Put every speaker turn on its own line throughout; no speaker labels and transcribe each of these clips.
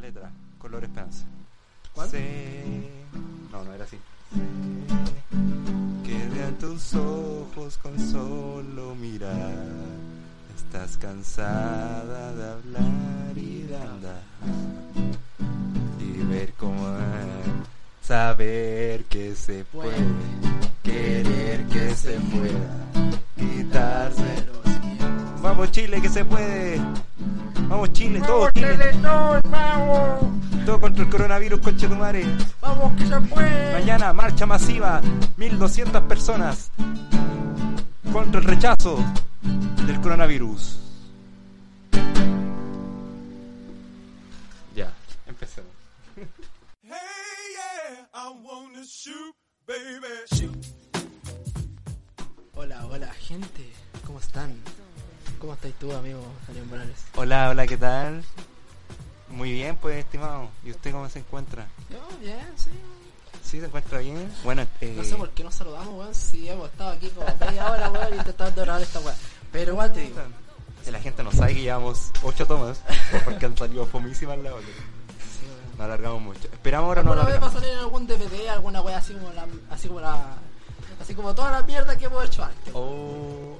letra, color esperanza.
¿Cuál?
Sé- No, no era así. Sé que de a tus ojos con solo mirar estás cansada de hablar y de andar y ver cómo es, saber que se puede, querer que se pueda, quitarse. Vamos Chile, que se puede. Vamos Chile, todo
¡Vamos,
Chile.
Teletón, vamos!
Todo contra el coronavirus, conchetumare.
¡Vamos, que se puede!
Mañana, marcha masiva, 1200 personas contra el rechazo del coronavirus. Ya, empecemos.
Hey, yeah, I wanna shoot, baby. Shoot.
Hola, hola, gente. ¿Cómo están? ¿Cómo estáis tú, amigo Daniel Morales?
Hola, hola, ¿qué tal? Muy bien, pues, estimado. ¿Y usted cómo se encuentra?
Yo, bien, sí.
¿Sí se encuentra bien? Bueno, eh,
No sé por qué nos saludamos, weón, si hemos estado aquí como media hora, weón, intentando grabar esta weón. Pero igual te digo,
la gente no sabe que llevamos 8 tomas porque han salido fomísimas la otra.
sí, weón.
No alargamos mucho. Esperamos ahora no
Alguna vez va a
alargamos.
salir en algún DVD, alguna weón así como la... Así como la... Así como toda la mierda que hemos hecho antes.
Oh,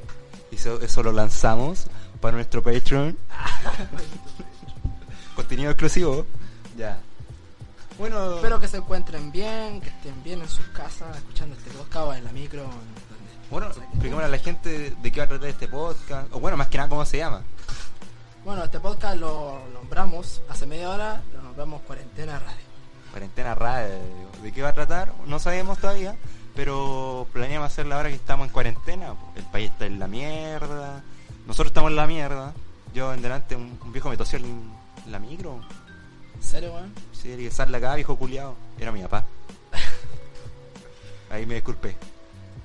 y eso, eso lo lanzamos para nuestro Patreon. Contenido exclusivo. Ya. Bueno,
Espero que se encuentren bien, que estén bien en sus casas, escuchando este podcast o en la micro. donde-
bueno, expliquemos a la gente de qué va a tratar este podcast. O bueno, más que nada, cómo se llama.
Bueno, este podcast lo nombramos hace media hora, lo nombramos Cuarentena Radio.
Cuarentena Radio. ¿De qué va a tratar? No sabemos todavía, pero planeamos hacerla ahora que estamos en cuarentena. El país está en la mierda. Nosotros estamos en la mierda. Yo en delante, un, un viejo me tosió en la micro.
¿En serio, weón?
Sí, que sale acá, viejo culiado. Era mi papá. Ahí me disculpé.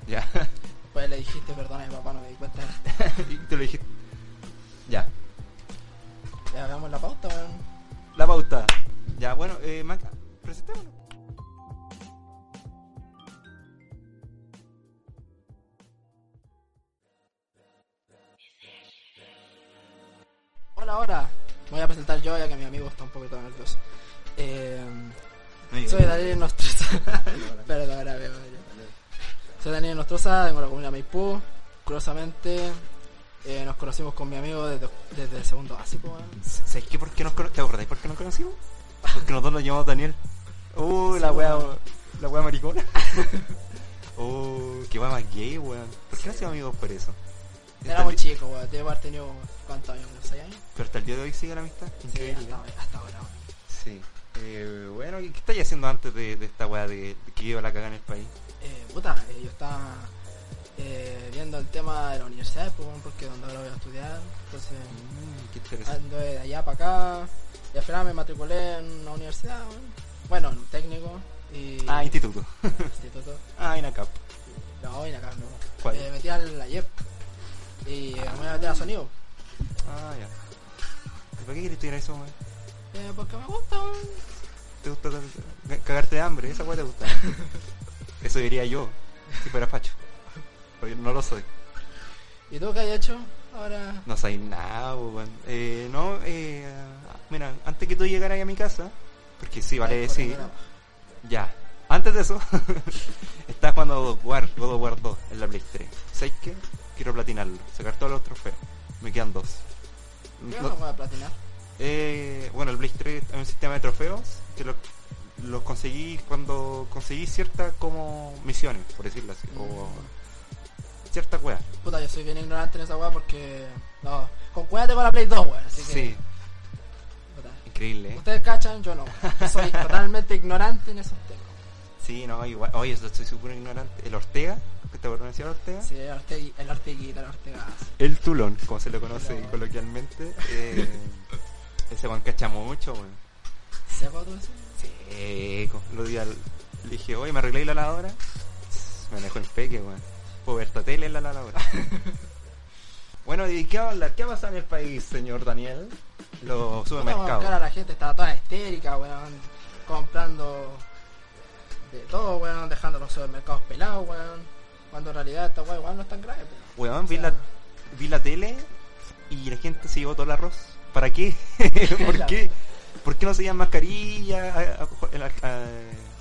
Ya.
Pues le dijiste, perdona, mi papá, no me di cuenta.
y te lo dijiste. Ya.
Ya hagamos la pauta, weón.
La pauta. Ya, bueno, eh, Maca, presentémonos.
Hola, hola. Me voy a presentar yo, ya que mi amigo está un poquito nervioso. Eh, soy Daniel Nostroza. Perdona, amigo. Soy Daniel Nostroza, vengo de la comunidad Maipú. Curiosamente, eh, nos conocimos con mi amigo desde, desde el segundo básico, weón.
¿Sabes qué? ¿Por qué nos cono- ¿Te acordáis por qué nos conocimos? Porque nosotros nos llamamos Daniel. Uh, la wea, la wea maricona. Uh, qué wea más gay, weón. ¿Por qué no hacíamos amigos por eso?
Éramos chicos, weón. Debe haber tenido, ¿cuántos años? ¿6 años?
Pero hasta el día de hoy sigue la amistad.
Sí,
Increíble.
hasta, hasta ahora, weón.
Sí. Eh, bueno, ¿y qué estáis haciendo antes de, de esta weá de, de que iba la caga en el país?
Eh, puta, eh, yo estaba eh, viendo el tema de la universidad, pues, bueno, porque donde ahora voy a estudiar, entonces
Mm, qué interesante.
ando de allá para acá, y al final me matriculé en una universidad, bueno, bueno, en un técnico, y
Ah, instituto.
instituto,
Ah, INACAP.
no, y acá no,
¿Cuál?
Eh, metí al ayer, y eh, me metí a sonido,
Ah, ya. ¿Y para qué quieres estudiar eso, weón?
eh, porque me gusta, weón.
¿Te gusta ca- cagarte de hambre? Esa weá te gusta. eso diría yo, si fuera facho. Pero yo no lo soy.
¿y tú qué has hecho ahora?
No sabéis nada, po, weón. Eh, no, eh, mira, antes que tú llegaras a mi casa, porque sí, vale
Ay, por
decir,
ahora,
ya. Antes de eso, estaba jugando a God of War, God of War 2 en la Play 3. ¿Sabéis qué? Quiero platinarlo, sacar todos los trofeos. Me quedan dos.
¿Qué
No-
vas a jugar a platinar?
eh, bueno, el Blaze 3 es un sistema de trofeos que lo- los conseguí cuando conseguí ciertas como misiones, por decirlo así, o
Mm.
ciertas weas.
Puta, yo soy bien ignorante en esa weá porque, no, concuérdate con la Play 2, weón, así que,
Sí,
puta.
increíble. ¿eh?
Ustedes cachan, yo no. Yo soy totalmente ignorante en esos temas.
Sí, no, igual. Oye, yo estoy súper ignorante. El Ortega, ¿te acuerdas de Ortega?
Sí, el Ortegui, el Orteguita, el Ortegazo.
El Tulón, como se lo conoce
Tulón.
coloquialmente. eh, ese weón cacha mucho, weón.
¿Sepa tú eso?
Sí, co- lo di al- le dije, oye, me arreglé la lavadora. Tss, Me dejó en peque, weón. Puedo ver esta tele en la lavadora. bueno, ¿y qué va a hablar? ¿Qué ha pasado en el país, señor Daniel? Los
Vamos a buscar a
supermercados.
la gente, estaba toda histérica, weón. Comprando de todo, weón. Dejando los supermercados pelados, weón. Cuando en realidad esta weón igual no es tan grave, pero...
Weón, vi
O sea,
la, vi la tele y la gente se llevó todo el arroz. ¿Para qué? ¿Por
La-
qué? ¿Por qué no se llama mascarilla? a- a- El, al- a-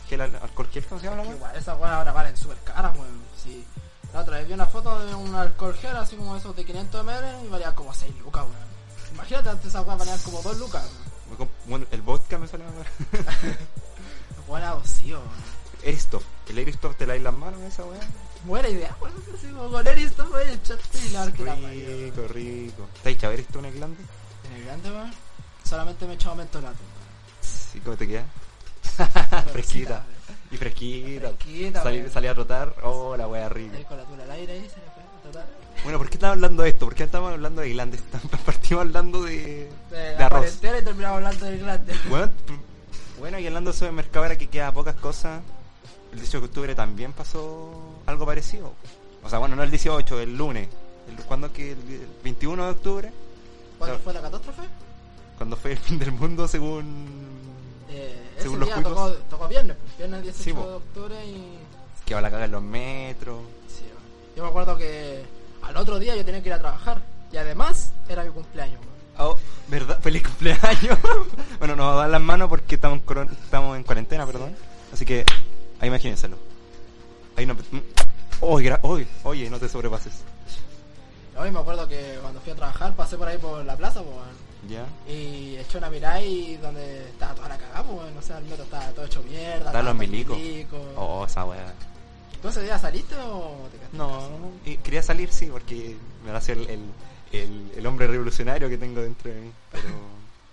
gel al- alcohol gel, ¿cómo se llama la weá?
Igual, esas weas ahora valen súper caras, weón. Sí. La otra vez vi una foto de un alcohol gel así como esos de 500 ml y valía como 6 lucas, weón. Imagínate, antes esas weas valían como 2 lucas, weón.
Me comp- Bueno, el vodka me sale la weá.
Buena opción.
Eristoff. El Eristoff te la las manos esa weá.
Buena idea, weón. Así como con esto, weón, echarte y la que la parió.
Rico, rico. ¿Te has echado Eristoff en el glande?
En el grande, weón. Solamente me he echado mentolato.
Sí, ¿cómo te queda? Fresquita. Y fresquita.
Fresquita,
Salí,
weón.
salí a trotar. Oh, la weá rica.
Ahí con la tula al aire ahí, se le fue a tratar.
Bueno, ¿por qué estamos hablando de esto? ¿Por qué estamos hablando de Irlanda? Estamos- Partimos hablando de,
De
de
la
arroz.
cuarentena y terminamos hablando del grande.
Bueno, p- bueno, y hablando de supermercado, ahora que queda pocas cosas, el 18 de octubre también pasó algo parecido. O sea, bueno, no el 18, el lunes. El, ¿Cuándo que? El, el 21 de octubre,
¿Cuándo fue la catástrofe?
cuando fue el fin del mundo según...
Eh, ese
Según los
día
cuicos.
tocó, tocó viernes, pues, viernes 18
Sí, po.
de octubre y...
Que va la caga en los metros.
sí, bueno. yo me acuerdo que al otro día yo tenía que ir a trabajar y además era mi cumpleaños. weón.
Oh, ¿verdad? ¡Feliz cumpleaños! bueno, nos va a dar las manos porque estamos en, coron- estamos en cuarentena, perdón. Así que, ahí imagínenselo. Ahí no... mm. Oh, gra- oh, oye, no te sobrepases.
Hoy me acuerdo que cuando fui a trabajar pasé por ahí por la plaza pues, weón,
¿Ya?
y eché una mirada y donde estaba toda la cagada, pues, weón, o sea, el metro estaba todo hecho mierda.
Están los
estaban
milicos.
milicos.
Oh, esa weá.
¿Tú ese día saliste o te quedaste? en
No,
casa?
y quería salir, sí, porque me va a ser el, el, el- el hombre revolucionario que tengo dentro de mí. Pero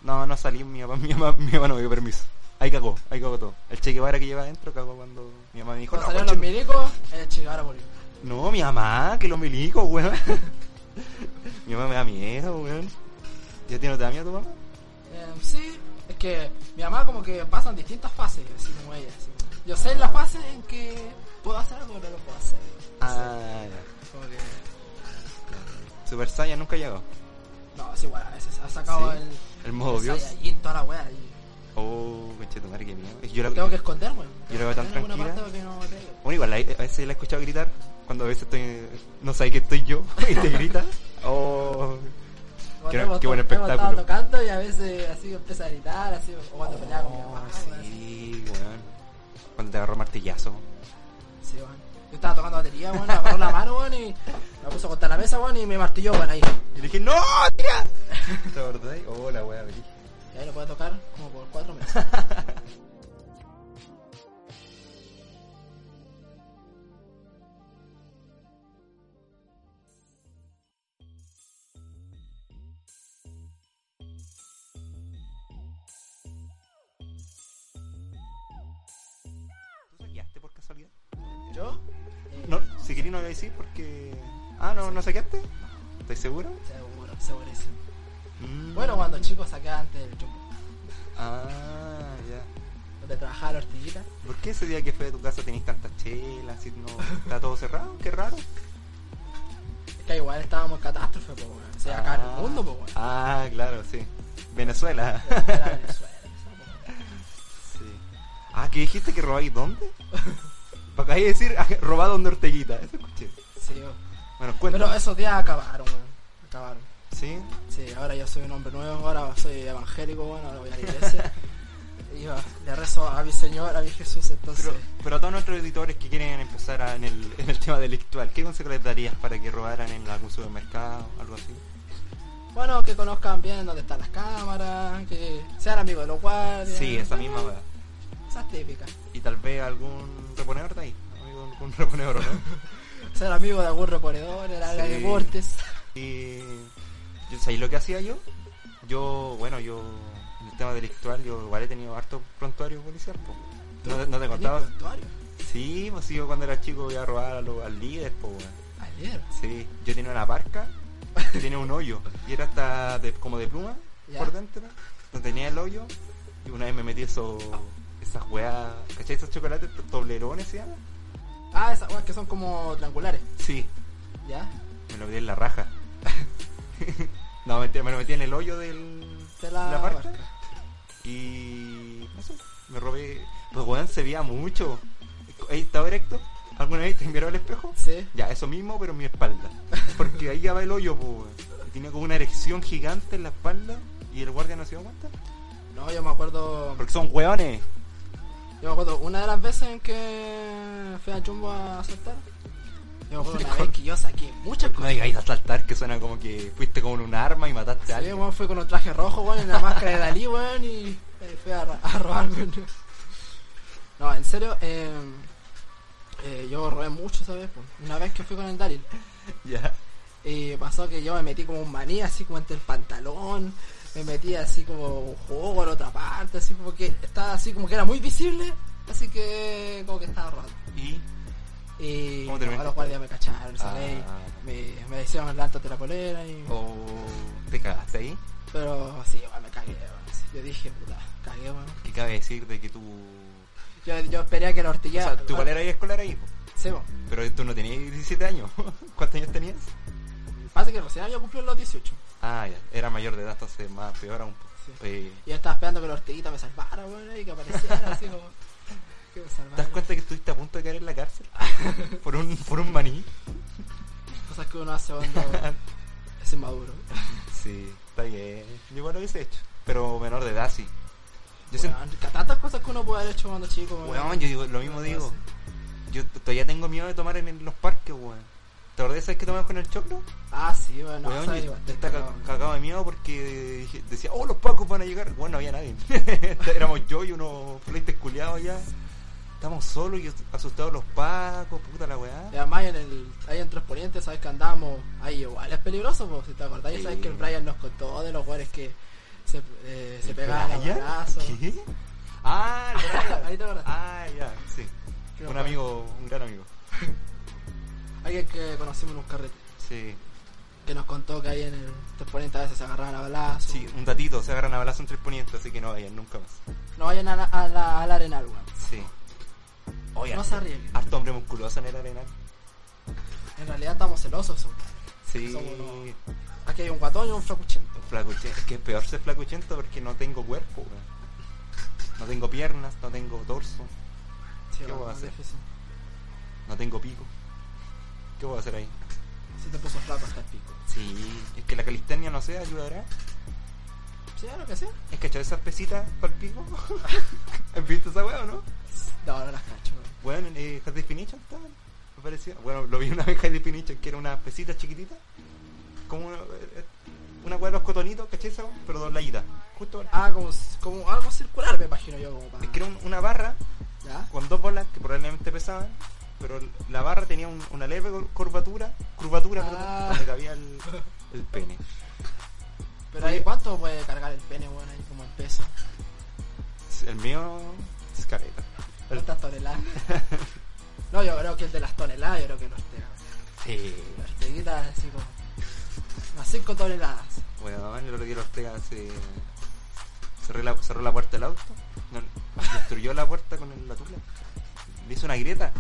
no, no salí, mi papá, mi mamá, mi mamá no me dio permiso. Ahí cagó, ahí cagó todo. El cheque vara que lleva adentro cagó cuando mi mamá me dijo, no,
Cuando salieron los
conche-
milicos, eh, el chigara volvió.
no, mi mamá, que los milicos, weón. mi mamá me da miedo, weón. ¿Ya tiene otra miedo tu mamá?
Eh, sí, es que mi mamá como que pasan distintas fases, así como ella. así. Yo sé la fase en que puedo hacer algo, pero no lo puedo hacer.
Ah, ya.
Como que,
Super Saiyan nunca llegó.
no, es igual, a veces ha sacado
Sí,
el...
El modo
el
Dios.
Saiyajin, toda la wea. Y
Oh, conchetumare, qué miedo. Yo la-
tengo que esconderme.
Yo la veo tan
en alguna
tranquila.
parte porque no me caigo.
Bueno, igual ahí- a veces la he escuchado gritar cuando a veces estoy, no sabe que estoy yo y te grita. Oh,
Cuando
Qué-
hemos
qué buen
to- hemos estado
espectáculo.
tocando y a veces así empieza a gritar, así, o cuando peleaba con mi mamá. wea, así.
Ah, sí, weón. Cuando te agarró martillazo.
Sí, weón. Yo estaba tocando batería, weón, agarró la mano, weón, y la puso contra la mesa, weón, y me martilló, weón, ahí.
Y le dije, ¡No, tira! ¿Te acordáis? Oh, la wea, abrí.
Y ahí lo puede tocar como por cuatro meses.
¿Tú saqueaste por casualidad?
¿Yo?
No, si querí no lo decís porque. Ah, no, no saqueaste. ¿Estás seguro?
Seguro, segurísimo.
Mm.
Bueno, cuando chicos saqué antes del chumbo,
Ah, ya.
donde trabajaba la hortiguita.
¿Por qué ese día que fue de tu casa tenéis tantas chelas? Si no, está todo cerrado, qué raro.
Es que igual estábamos en catástrofe, pues, weón. Se iba a acabar el mundo, pues, weón.
Ah, claro, sí. Venezuela.
Era Venezuela, esa,
Sí. Ah, ¿qué dijiste que robáis dónde? Para acá decir ah, robado donde Orteguita. Eso escuché.
pues. Sí, weón.
Bueno,
Pero
cuéntame.
esos días acabaron, weón. Acabaron.
Sí.
Sí, ahora yo soy un hombre nuevo, ahora soy evangélico, bueno, ahora voy a la iglesia. y yo le rezo a mi Señor, a mi Jesús, entonces.
Pero, pero a todos nuestros editores que quieren empezar a- en, el, en el tema delictual, ¿qué consejo les darías para que robaran en algún supermercado, algo así?
Bueno, que conozcan bien dónde están las cámaras, que sean amigos de los guardias.
Sí, esa misma weá.
Esas típicas.
Y tal vez algún reponedor de ahí. Amigo, algún reponedor, ¿no?
Ser amigo de algún reponedor, de la área de
Sí.
deportes.
Y yo, ¿sabéis lo que hacía yo? Yo, bueno, yo, en el tema delictual, yo igual he tenido harto prontuario policial. po. No, no te contaba.
Tenía prontuario.
Sí, pues sí, yo cuando era chico iba a robar a los, al líder, po, weón.
Ayer.
Sí, yo tenía una parca, que tenía un hoyo, y era hasta de- como de pluma
Ya.
por dentro. No tenía el hoyo, y una vez me metí esos, esas weas, ¿cachai? Esos chocolates to- toblerones, ¿se llama?
Ah, esas weas que son como triangulares,
Sí,
¿ya?
me lo metí en la raja. no, mentira, me lo metí en el hoyo del,
De la
parca.
barca.
Y no sé, me robé. Pues weón, se veía mucho. Ahí estaba erecto. ¿Alguna vez te miró al espejo?
Sí.
Ya, eso mismo, pero en mi espalda. Porque ahí ya va el hoyo, pues. Tenía como una erección gigante en la espalda y el guardia no se dio cuenta.
No, yo me acuerdo.
Porque son hueones.
Yo me acuerdo una de las veces en que fui a Jumbo a saltar. Yo me acuerdo una
Con-
vez que yo saqué muchas
No
cosas.
digáis asaltar, que suena como que fuiste con un arma y mataste a
Sí,
alguien.
weón, fui con un traje rojo, weón, y una máscara de Dalí, weón, y eh, fui a, ra- a robar, weón. No, en serio, eh, eh, yo robé mucho, ¿sabes? Una vez que fui con el Dalí,
Ya.
y pasó que yo me metí como un maní, así como entre el pantalón, me metí así como un juego en otra parte, así como que estaba así como que era muy visible, así que como que estaba robando.
Y.
Y
¿Cómo terminaste?
los guardias me cacharon, ¿sabes?
Ah. Oh.
Me, me hicieron adelantarte la polera y...
O. ¿Te cagaste ahí?
Pero sí, weón, me cagué, weón. Sí, Yo dije, puta, cagué, weón.
¿Qué cabe decir de que tú.
Yo, yo esperé a que la hortilla.
o sea, tú igual eras escolar ahí, po.
Sí, weón.
pero tú no tenías 17 años. ¿Cuántos años tenías?
Pasa que recién había cumplido los 18.
Ah, ya. Era mayor de edad, entonces más peor aún. po.
Sí.
Eh,
Y yo estaba esperando que la hortiguita me salvara, weón, y que apareciera así como. Que me
¿Te das
salvara.
cuenta que estuviste a punto de caer en la cárcel? por un, por un maní.
Cosas que uno hace cuando es inmaduro.
Sí, está bien. Yo igual lo hubiese hecho. Pero menor de edad, sí. Yo siempre-
Weón, que tantas cosas que uno puede haber hecho cuando chico, weón.
Weón, yo digo, lo mismo digo. Yo t- todavía tengo miedo de tomar en el- los parques, weón. ¿Te acordás de esa vez que tomamos con el choclo?
Ah, sí, weón, no,
weón,
sabes,
yo,
igual,
yo estaba
pero-
ca- cagado de miedo porque dije- decía, oh, los pacos van a llegar. Bueno, no había nadie. Éramos yo y unos fleites culiados ya. Estamos solos y asustados los pacos, puta la weá.
Y además en el, ahí en Tres Poniente sabes que andábamos ahí igual, es peligroso, pues, si te acordás,
Sí.
sabes que el Brian nos contó de los güeyes que se, eh, se pegaban a
¿Playa?
balazos.
¿Qué? Ah, el Brian.
Ahí te acordaste.
Ah, ya, sí.
Creo
Un
que-
amigo, un gran amigo.
Alguien que conocimos en un carrete,
Sí.
que nos contó que ahí en el Tres Poniente a veces se agarraban a balazos.
Sí, un datito, se agarran a balazo en tres ponientes, así que no vayan nunca más.
No vayan a la, a la- al arenal, weón.
Sí. Oye,
No
harto-
se arriesguen.
Harto hombre musculoso en el arenal.
En realidad estamos celosos. son-
Sí.
Somos unos- Aquí hay un guatón y un flacuchento.
Flacuchento. Es que es peor ser flacuchento porque no tengo cuerpo, weón. No tengo piernas, no tengo torso,
Sí,
¿Qué
weón,
voy a
es
hacer?
difícil.
no tengo pico. ¿Qué puedo hacer ahí?
Si te puso flaco hasta el pico.
Sí. Es que la calistenia no sé, ayudará.
Sí, claro que sí.
Es que echar esas pesitas para el pico. ¿Has visto esa weá o no?
No, no las cacho, weón.
Bueno, en eh, High Definition estaba, me parecía. Bueno, lo vi una vez en High Definition, que era una pesita chiquitita, como una, eh, una weá de los cotonitos, ¿cachai? esa weá? Pero dobladitas, justo. al-
Ah, como, como algo circular, me imagino yo. Como para...
Es que era un- una barra
¿Ya?
con dos bolas que probablemente pesaban, pero la barra tenía un- una leve cor- curvatura, curvatura, perdón,
Ah.
donde cabía el, el pene.
Pero ahí, ¿cuánto puede cargar el pene, weón? Ahí como el peso.
El mío es careta. El-
¿Cuántas toneladas? no, yo creo que el de las toneladas, yo creo que no esté.
sí,
Las peguitas, así como. Unas 5 toneladas.
bueno, el otro día el Ortega se cerró la, cerró la puerta del auto, no, destruyó la puerta con el- la tula, le hizo una grieta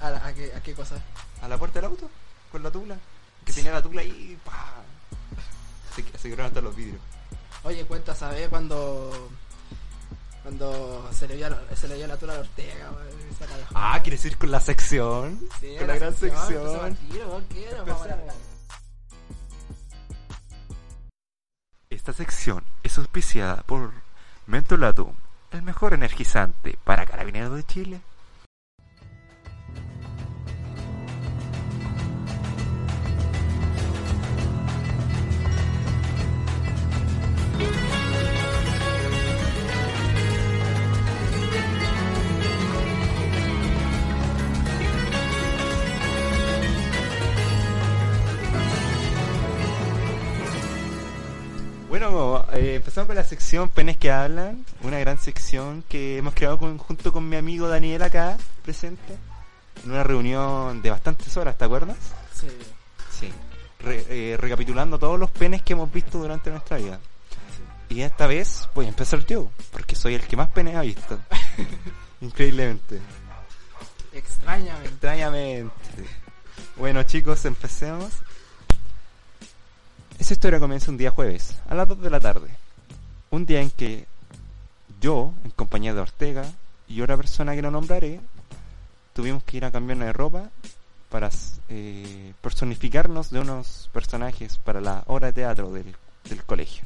¿A, la- a qué, a qué cosa?
a la puerta del auto con la tula, que tenía la tula ahí, pa. Se, se quebraron hasta los vidrios.
Oye, cuenta, ¿sabes? Cuando. Cuando se le dio, la- se le dio la tula a la Ortega, weón. y se la dejó.
Ah, ¿quieres ir con la sección?
Sí,
con la gran
empezó
sección.
al tiro, weón, ¿qué era? Vamos a la-
Esta sección es auspiciada por Mentolatum, el mejor energizante para carabineros de Chile. Bueno, eh, empezamos con la sección Penes que hablan, una gran sección que hemos creado con- junto con mi amigo Daniel acá, presente, en una reunión de bastantes horas, ¿te acuerdas?
Sí,
Sí. recapitulando todos los penes que hemos visto durante nuestra vida.
sí.
Y esta vez voy a empezar yo, porque soy el que más penes ha visto. Increíblemente.
Extrañamente.
Extrañamente. Bueno chicos, empecemos. Esa historia comienza un día jueves, a las 2 de la tarde. Un día en que yo, en compañía de Ortega, y otra persona que no nombraré, tuvimos que ir a cambiarnos de ropa para eh, personificarnos de unos personajes para la obra de teatro del, del colegio.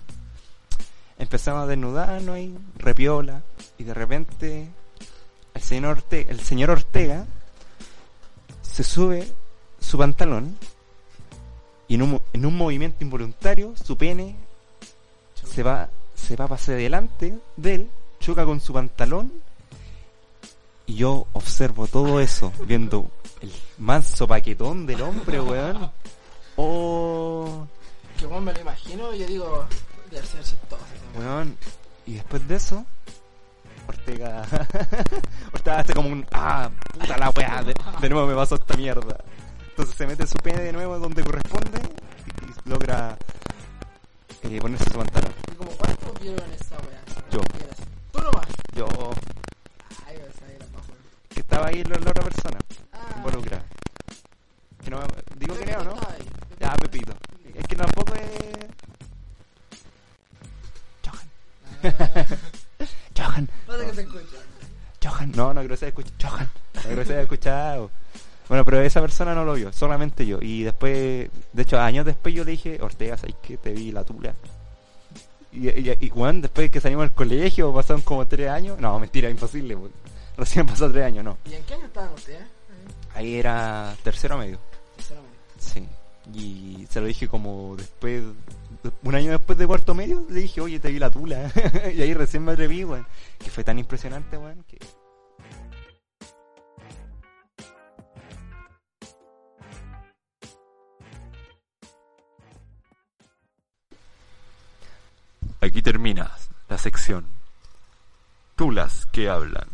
Empezamos a desnudarnos ahí, repiola, y de repente el señor Ortega, el señor Ortega se sube su pantalón y en un, mo- en un movimiento involuntario su pene se va, se va hacia adelante de él, choca con su pantalón y yo observo todo eso, viendo el manso paquetón del hombre, weón. Oh,
Que vos me lo imagino y yo digo, debe ser chistoso. ¿no?
weón. Y después de eso, Ortega. Ortega hace como un. ¡Ah! ¡Puta la weá! De, de nuevo me pasó esta mierda. Entonces se mete su pene de nuevo donde corresponde y, y logra eh, ponerse su pantalón.
Y como cuántos vieron esa weá.
Yo.
Tú nomás.
Yo,
Ay, weón, esa era pa' joder.
que estaba ahí la, la otra persona
Ah,
involucrada. Que no, digo que no, ¿no?
estaba ahí.
Ya, Pepito. Es que tampoco es. Johan, Johan,
Ah. Pasa que se escucha.
Johan. No, no creo que se haya escuchado. Johan, no creo que se haya escuchado. Bueno, pero esa persona no lo vio, solamente yo. Y después, de hecho, años después yo le dije, Ortega, ¿sabes qué? Te vi la tula. Y, y, y, weón, después que salimos del colegio, pasaron como tres años. No, mentira, imposible. weón. Recién pasó tres años, no.
¿Y en qué año estaban ustedes?
Ahí era tercero medio.
Sinceramente.
Sí. Y se lo dije como después, un año después de cuarto medio, le dije, oye, te vi la tula. y ahí recién me atreví, weón. Que fue tan impresionante, weón. Que...
Aquí termina la sección. Tulas que hablan.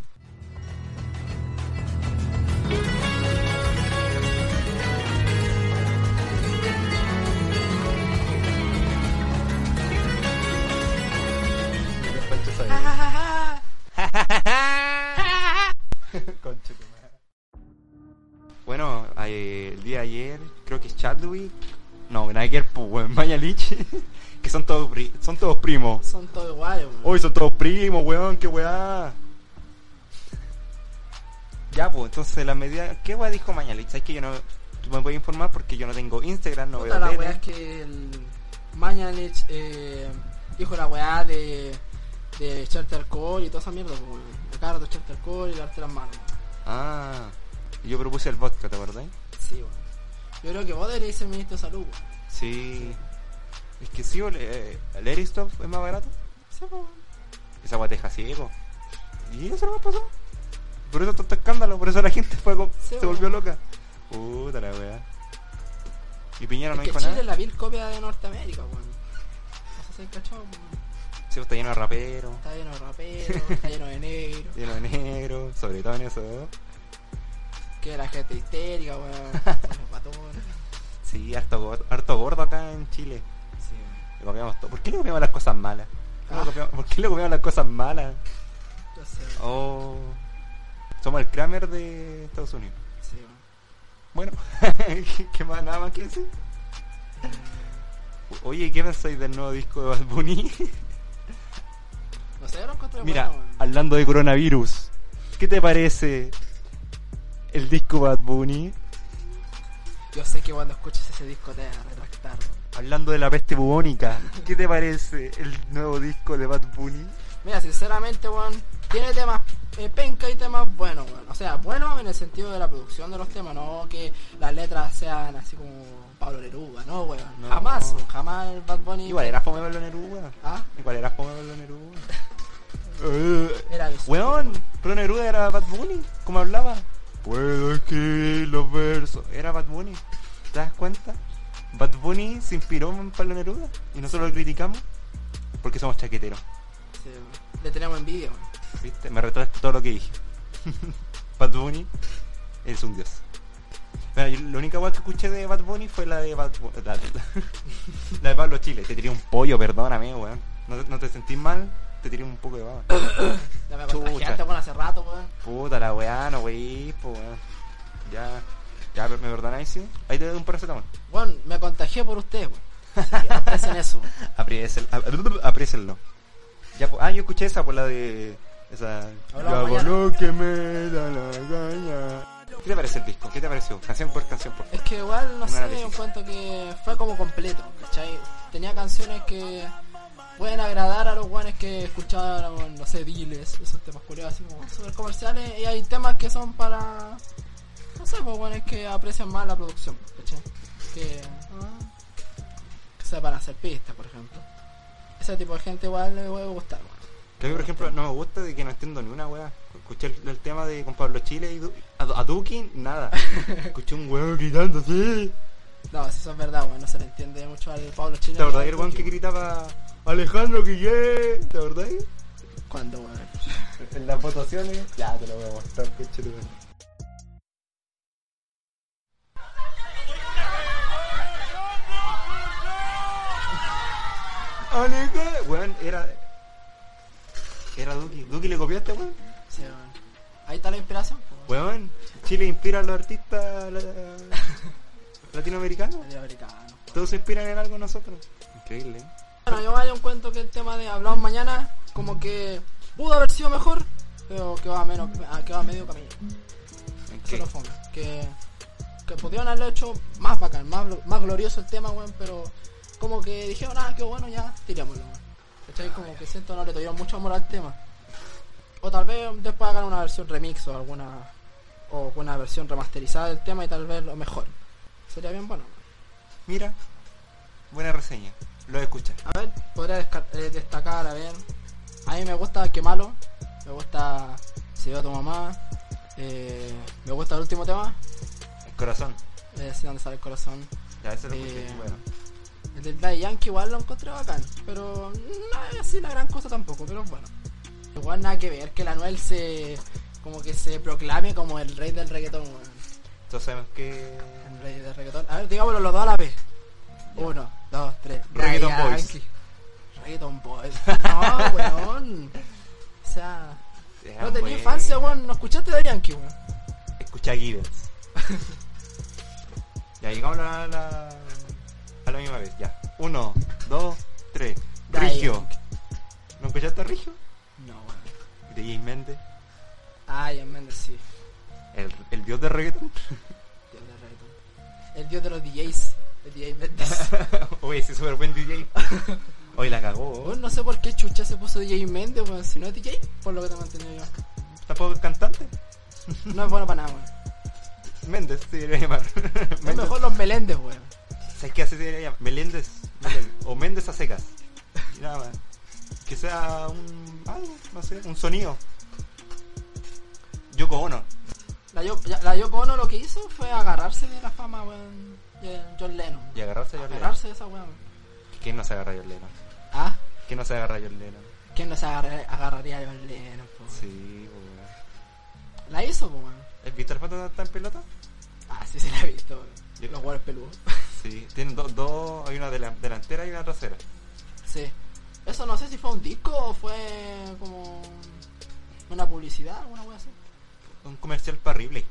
Bueno, eh, el día de ayer, creo que es Chadwick. No, Nagel, pues, weón, Mañalich. que son todos, pri- son todos primos.
Son todos iguales, weón.
Hoy son todos primos, weón, qué weá. Ya, pues, entonces la medida. ¿Qué weá dijo Mañalich? Es que yo no. Tú me puedes informar porque yo no tengo Instagram, no
Puta,
veo
la
tele.
weá es que el Mañanich eh, dijo la weá de, de echarte alcohol y toda esa mierda, pues, weón. A cada rato echarte alcohol y lavarte las manos.
Ah, yo propuse el vodka, ¿te acordás?
Sí, weón. Yo creo que vos deberías ser ministro de salud, weón.
Sí. Es que sí, bol- eh, el Eristoff es más barato.
Sí, pues, weón.
Esa guateja ciego. Y eso no pasó. Por eso tanto escándalo, por eso la gente fue co-
Sí,
se
bueno.
volvió loca. Puta la weá. Y Piñera no
Es que
dijo
Chile
nada.
es la vil copia de Norteamérica, weón. No sé si hay cachado, weón.
Sí, pues, está lleno de raperos,
Está lleno de raperos, está lleno de negros.
lleno de negros, sobre todo en eso. ¿eh? ¿no?
Que la gente histérica, weón. Los patones.
Sí, harto gordo, harto gordo acá en Chile.
Sí, weón.
Le copiamos todo. ¿Por qué le copiamos las cosas malas? ¿Cómo
Ah.
copiamos- ¿Por qué le copiamos las cosas malas?
No sé, weón.
Oh. Somos el Kramer de Estados Unidos.
Sí, weón.
Bueno, ¿qué más? Nada más que decir.
Eh,
Oye, ¿qué pensáis del nuevo disco de Bad Bunny?
No sé, yo lo encontré
Mira,
bueno, weón.
hablando de coronavirus, ¿qué te parece el disco Bad Bunny?
Yo sé que cuando escuches ese disco te vas a retractar.
Hablando de la peste bubónica, ¿qué te parece el nuevo disco de Bad Bunny?
Mira, sinceramente, weón, tiene temas eh, penca y temas buenos, weón. O sea, bueno en el sentido de la producción de los temas, no que las letras sean así como Pablo Neruda, no, weón.
No.
Jamás, weón, jamás el Bad Bunny.
Igual era fome verlo en Neruda.
Ah,
Igual era fome verlo en Neruda. Eh,
era eso.
Weón, pero Neruda era Bad Bunny, como hablaba. Puedo escribir los versos. Era Bad Bunny. ¿Te das cuenta? Bad Bunny se inspiró en Pablo Neruda y nosotros lo criticamos porque somos chaqueteros.
Sí, weón. Le tenemos envidia, weón.
¿Viste? Me retracto todo lo que dije. Bad Bunny es un dios. Mira, yo la única guay que escuché de Bad Bunny fue la de Bad Bu- la, de- la de Pablo Chile. Te tiré un pollo, perdóname, weón. No, te- no te sentís mal, te tiré un poco de baba.
Ya me
Chucha.
contagiaste, weón, hace rato, weón.
Puta la weá, no wey, po weón. Ya, ya, ¿me perdonáis, sí? Ahí te doy un paracetamol.
Weón, me contagié por ustedes, weón. Así que aprecien eso. weón.
Apriésel, ap- apriésenlo. Ya, po- ah, yo escuché esa por la de. Esa.
Hablamos
Yo hago
mañana.
lo que me da la gana. ¿Qué te parece el disco? ¿Qué te pareció? Canción por canción por.
Es que igual, no
Un
sé,
análisis.
yo encuentro que fue como completo, ¿cachai? Tenía canciones que pueden agradar a los guanes que escucharon, no sé, diles, esos temas curiosos, así como super comerciales. Y hay temas que son para, no sé, pues guanes que aprecian más la producción, ¿cachai? Que, que sepan hacer pistas, por ejemplo. Ese tipo de gente igual le puede gustar, weón.
Que a mí, por ejemplo, no me gusta de que no entiendo ni una weá. Escuché el, el tema de con Pablo Chile y Du- a, a Duki, nada. Escuché un weón gritando así.
No, eso es verdad, weón, no se le entiende mucho al Pablo Chile.
¿Te
ni
acordás
al
el weón que
Turki,
gritaba Alejandro Guillé? ¿Te acordás?
weón. ¿Cuándo, weón?
En las votaciones. Ya te lo voy a mostrar, coche tu madre. Alejandro, weón, era. Era Duki. ¿Duki le copiaste, weón?
Sí, weón. Ahí está la inspiración, pues, weón.
Weón, Chile inspira a los artistas la- latinoamericanos.
Latinoamericano.
Todos se inspiran en algo nosotros. Increíble. ¿eh?
Bueno, yo me un cuento que el tema de hablamos mañana, como que pudo haber sido mejor, pero que va a, menos, ah, que va a medio camino.
Ok.
Solo fome. Que, que pudieron haberlo hecho más bacán, más, glo- más glorioso el tema, weón, pero como que dijeron, ah, qué bueno, ya, tirémoslo, weón. ¿Cachai? Como que siento no le tuvieron mucho amor al tema. O tal vez después hagan una versión remix o alguna o una versión remasterizada del tema y tal vez lo mejor. Sería bien bueno.
Mira, buena reseña. Lo escuchas.
A ver, podría desca- eh, destacar, a ver. A mí me gusta Que Malo, me gusta Si veo a tu mamá, eh, me gusta el último tema,
El corazón.
eh, así donde sale el corazón.
Ya, eso lo
Eh,
escuché. Bueno.
El del Daddy Yankee igual lo encontré bacán, pero no es así la gran cosa tampoco, pero bueno. Igual nada que ver que la Anuel se. como que se proclame como el rey del reggaetón, weón.
Entonces sabemos que.
El rey del reggaetón. A ver, digámoslo los dos a la vez. Uno, dos, tres.
Reggaeton
Daddy
Boys.
Yankee. Reggaeton Boys. No, weón. O sea. No tenía
pues.
infancia, weón. No escuchaste de Yankee, weón.
Escucha a Gibbons. ya llegamos a la, a la misma vez. Ya. Uno, dos, tres.
Daddy
Rigio.
Yankee.
¿No escuchaste a Rigio?
No, weón.
De Jay Méndez.
Ay, en Mendes, sí.
El, el dios de reggaeton.
Dios del reggaetón. El dios de los DJs. El DJ Mendes.
Oye, ese super buen DJ. Oye, la cagó.
Weón, no sé por qué chucha se puso DJ Mendes, weón. Si no es DJ, por lo que tengo entendido yo.
Tampoco es cantante.
No es bueno para nada, weón.
Méndez se debería llamar.
Es
Méndez.
mejor los Meléndez, weón.
¿Sabes qué hace? Se debería llamar Meléndez. Meléndez. O Méndez a secas. Y nada más. Que sea un. algo, no sé, un sonido. Yoko Ono.
La, Yo- ya- la Yoko Ono lo que hizo fue agarrarse de la fama, weón. De John Lennon.
Y agarrarse a John Lennon.
Agarrarse de esa weón.
¿Quién no se agarra a John Lennon?
Ah,
¿Quién no se agarra a John Lennon?
¿quién no se agarra- agarraría a John Lennon, po?
Sí, weón.
La hizo, po, weón.
¿Has visto la foto donde está en pelota?
Ah, sí, se la he visto, weón.
Yo-
Los huevos peludos.
Sí. Tienen dos. dos hay una delan- delantera y una trasera.
Sí. Eso no sé si fue un disco o fue como una publicidad, alguna wea así.
Un comercial para Ripley.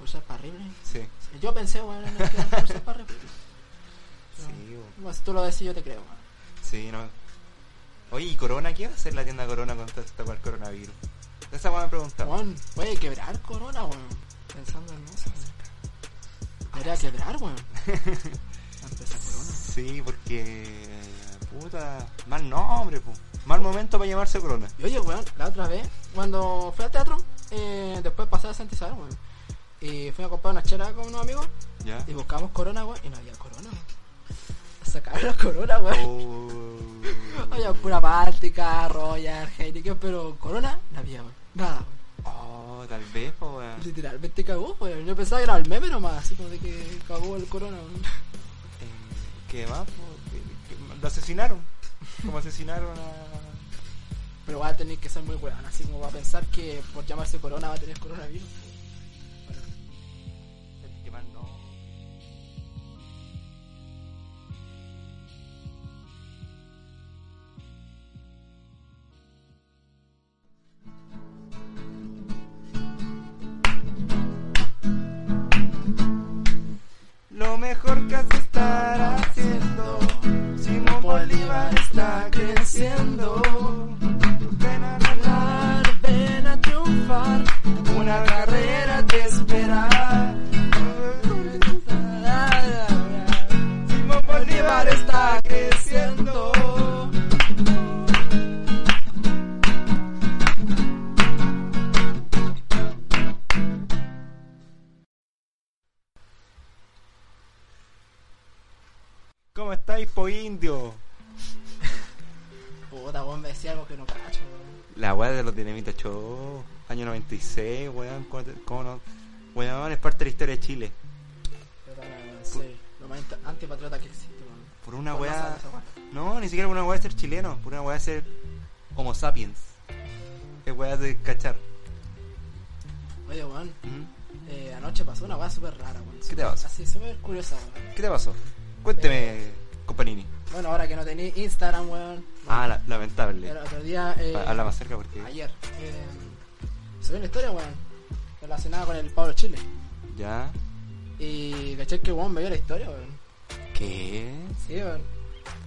Por ser para Ripley.
Sí.
Sí, Yo pensé, weón, en el que era por ser para Ripley. No.
Sí, weón.
Bueno, si tú lo decís, yo te creo, weón.
Sí, no. Oye, ¿y Corona? ¿Qué va a hacer la tienda Corona con todo este cual coronavirus? Esa weá me preguntaba.
Weón, puede quebrar Corona, weón. Pensando en eso, weón. Debería quebrar, weón. La empresa Corona.
Sí, porque. Puta. Mal nombre, pu. Mal momento para llamarse Corona.
Y oye, weón, la otra vez, cuando fui al teatro, eh, después pasé a Santizar, weón. Y fui a comprar una chela con unos amigos
¿Ya?
y buscamos Corona, weón, y no había Corona, weón. Sacaron la Corona, weón.
Oh.
Oye, pura báltica, royal, Heineken, pero Corona, no había, weón. Nada, weón.
Oh, tal vez, po, weón.
Literalmente cagó, weón. Yo pensaba que era el meme nomás, así como de que cagó el Corona, weón.
Eh, ¿Qué más, po? ¿Qué- qué- Lo asesinaron. Como asesinaron a.
Pero va a tener que ser muy weón, así como va a pensar que por llamarse Corona va a tener coronavirus.
Qué mal nombre. Lo mejor que has de estar haciendo. Simón Bolívar está creciendo. Ven a ganar
Ven a triunfar,
una carrera. viejo indio.
Puta, weón, me decía algo que no cacho, weón.
La weá de los Dinamita Show, año 96, weón. ¿Cómo, te- cómo no? Weón, es parte de la historia de Chile.
Pero, weón, en serio, Lo más ant- antipatriota que existe, weón.
Por una
Por más
weá.
alto, weón.
No, ni siquiera por una weá de ser chileno. Por una weá de ser Homo sapiens. Es weá de cachar.
Oye, weón,
¿Mm?
eh, anoche pasó una weá súper rara, weón.
¿Qué te pasa?
Así, súper curiosa, weón.
¿Qué te pasó? Cuénteme, compañini.
Bueno, ahora que Eh, no tenía Instagram, weón.
Ah, la- lamentable.
El otro día, eh,
Pa- Habla más cerca porque.
ayer, eh, subí una historia, weón, relacionada con el Pablo Chile.
¿Ya?
Y caché que, weón, me vio la historia, weón.
¿Qué?
Sí, weón.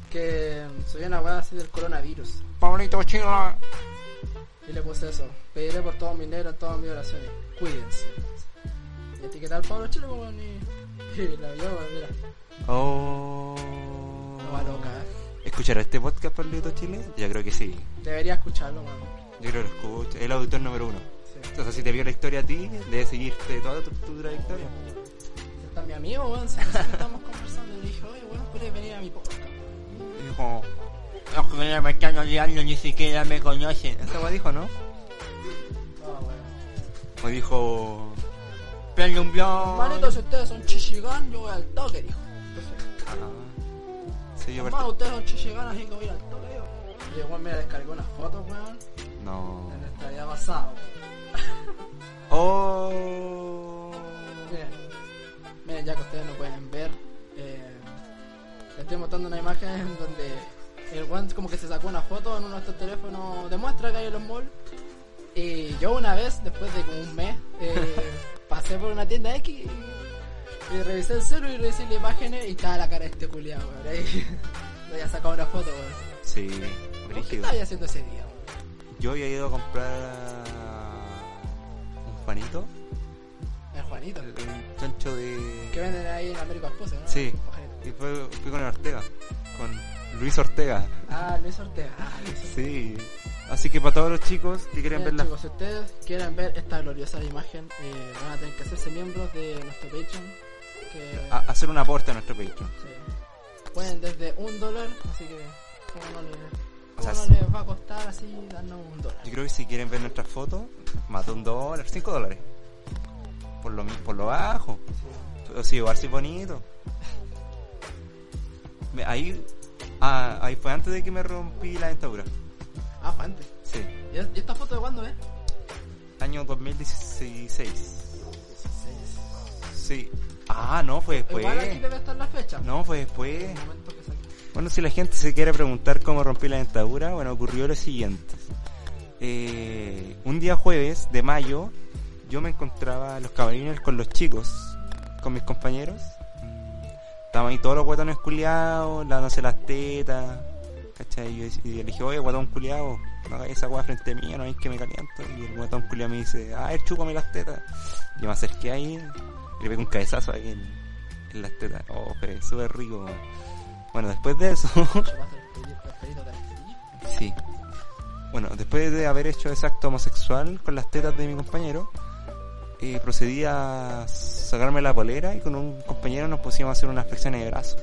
Que mm, subí una weá así del coronavirus.
Pablito Chino.
Y le puse eso. Pediré por todos mis negros, todas mis oraciones. Cuídense. Y etiqueté al Pablo Chile, weón, y, y la vio, weón, mira.
Oh.
Una weá loca, eh.
¿Escuchará este podcast, Pablito Chile? Ya creo que sí.
Debería escucharlo, weón.
Yo creo que lo escucha. Es el auditor número uno.
Sí.
Entonces, si te vio la historia a ti, debe seguirte toda tu, tu trayectoria.
Está mi amigo, weón, se estamos conversando y le dije, oye, weón, puedes venir a mi podcast.
Y dijo.
Los primeros me están odiando, ni siquiera me conocen.
Esta weá dijo, ¿no?
No, weón.
O dijo.
Prende un blog.
Manito, si ustedes son chichigán, yo voy al toque, dijo.
Ah. Sí, yo
Hermano,
parto.
ustedes son chichigán, así que voy al toque, dijo. Y el weón me descargó unas fotos, weón,
No.
de nuestra vida pasada, weón.
Oh.
Miren, miren, ya que ustedes no pueden ver, eh, les estoy mostrando una imagen donde el weón como que se sacó una foto en uno de estos teléfonos de muestra que hay en los malls. Y yo una vez, después de como un mes, eh, pasé por una tienda X y, y revisé el celu y revisé las imágenes y estaba la cara de este culiado, weón. Ahí le había sacado una foto, weón.
Sí,
¿Qué
brígido.
estaba yo haciendo ese día, weón?
Yo había ido a comprar un panito,
El Juanito,
un chancho
que
de...
venden ahí en América Esposa, ¿no?
Sí.
Ojalá.
Y fue, fui con el Ortega, con Luis Ortega.
Ah, Luis Ortega. Ah, Luis Ortega.
Sí. Así que para todos los chicos que quieren ver
Bien,
la...
chicos, si ustedes quieren ver esta gloriosa imagen, eh, van a tener que hacerse miembros de nuestro Patreon. Que
a- hacer un aporte a nuestro Patreon.
sí, pueden desde un dólar, así que como no, le-
O sea,
cómo
sí.
no les va a costar así darnos un dólar.
Yo creo que si quieren ver nuestras fotos, más de un dólar, cinco dólares. Por lo, mi- por lo bajo. O si igual si bonito. Me- Ahí, ah, ahí fue antes de que me rompí la dentadura.
Ah, fue antes.
Sí.
¿Y es- y esta foto de cuándo es?
Año 2016. Sí. Ah, no, fue
Igual aquí
después.
debe estar la fecha.
No, fue después.
El momento que saqué.
Bueno, si la gente se quiere preguntar cómo rompí la dentadura, bueno, ocurrió lo siguiente. Eh, un día jueves de mayo, yo me encontraba en los caballeros con los chicos, con mis compañeros. Estaban ahí todos los guatones culiados, lavándose las tetas. ¿Cachai? Y yo dec- Y le dije, oye, guatón culiado, no hagáis esa guada frente mía, no es que me caliento. Y el guatón culiado me dice, ah, chúpame las tetas. Yo me acerqué ahí, y le pegué un cabezazo ahí en, en las tetas. Oh, pero súper rico. Bueno, después de eso,
Chupaste el pelito- el pelito de la estrella.
Sí. Bueno, después de haber hecho ese acto homosexual con las tetas de mi compañero, eh, procedí a sacarme la polera y con un compañero nos pusimos a hacer unas flexiones de brazos.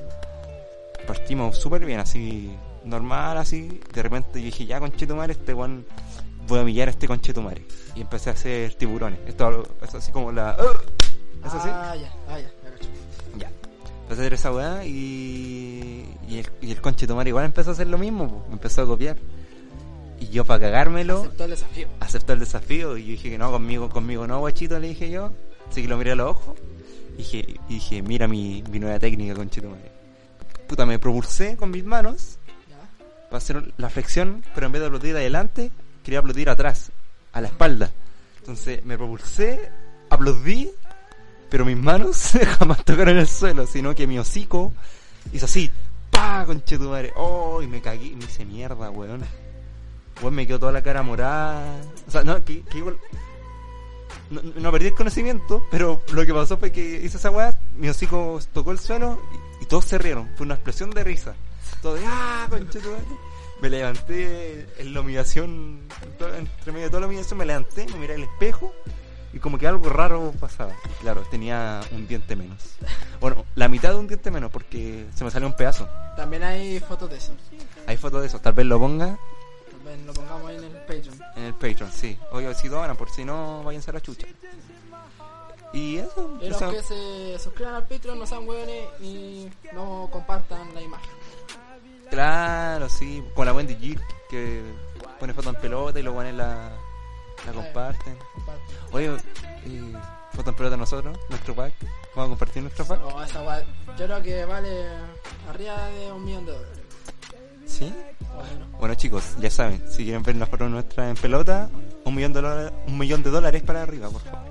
Partimos súper bien, así normal, así. De repente yo dije, ya conchetumare, este weón, voy a humillar a este conchetumare. Y empecé a hacer tiburones. Esto es así como la... ¡ah! ¿Es así?
Ah, ya, ah, ya, ya cacho.
Ya. Empecé a hacer esa weá y. Y el, y el conchetumare igual empezó a hacer lo mismo, po. Me empezó a copiar. Y yo, para cagármelo,
Aceptó el desafío.
aceptó el desafío. Y yo dije que no, conmigo, conmigo no, guachito, le dije yo. Así que lo miré a los ojos. Y dije, y dije mira mi, mi nueva técnica, conchetumare. Puta, me propulsé con mis manos
Ya.
para hacer la flexión, pero en vez de aplaudir adelante, quería aplaudir atrás, a la espalda. Entonces me propulsé, aplaudí, pero mis manos jamás tocaron el suelo, sino que mi hocico hizo así, pa, conche tu madre. Oh, y me cagué, me hice mierda, weón. Weón, me quedó toda la cara morada. O sea, no, que, que igual... No, no perdí el conocimiento, pero lo que pasó fue que hice esa weá, mi hocico tocó el suelo y, y todos se rieron. Fue una explosión de risa. Todo de, ah, conchetumare. Me levanté en la humillación, en todo- entre medio de toda la humillación, me levanté, me miré al espejo y como que algo raro pasaba. Y claro, tenía un diente menos. Bueno, la mitad de un diente menos porque se me salió un pedazo.
También hay fotos de eso.
Hay fotos de eso, tal vez lo ponga
Tal vez lo pongamos ahí en el Patreon.
en el Patreon, sí. Oye, si donan, por si no, váyanse a la chucha. Y eso,
Y los
eso-
que se suscriban al Patreon no sean hueones y no compartan la imagen.
claro, sí. Con la Wendy G que pone foto en pelota y los guanes la, la comparten.
Compartan.
Oye, eh, foto en pelota nosotros, nuestro pack. Vamos a compartir nuestro pack.
No, esa weá, yo creo que vale arriba de un millón de dólares.
Sí.
O menos.
Bueno chicos, ya saben, si quieren ver las fotos nuestras en pelota, un millón de dólares, un millón de dólares para arriba, por favor.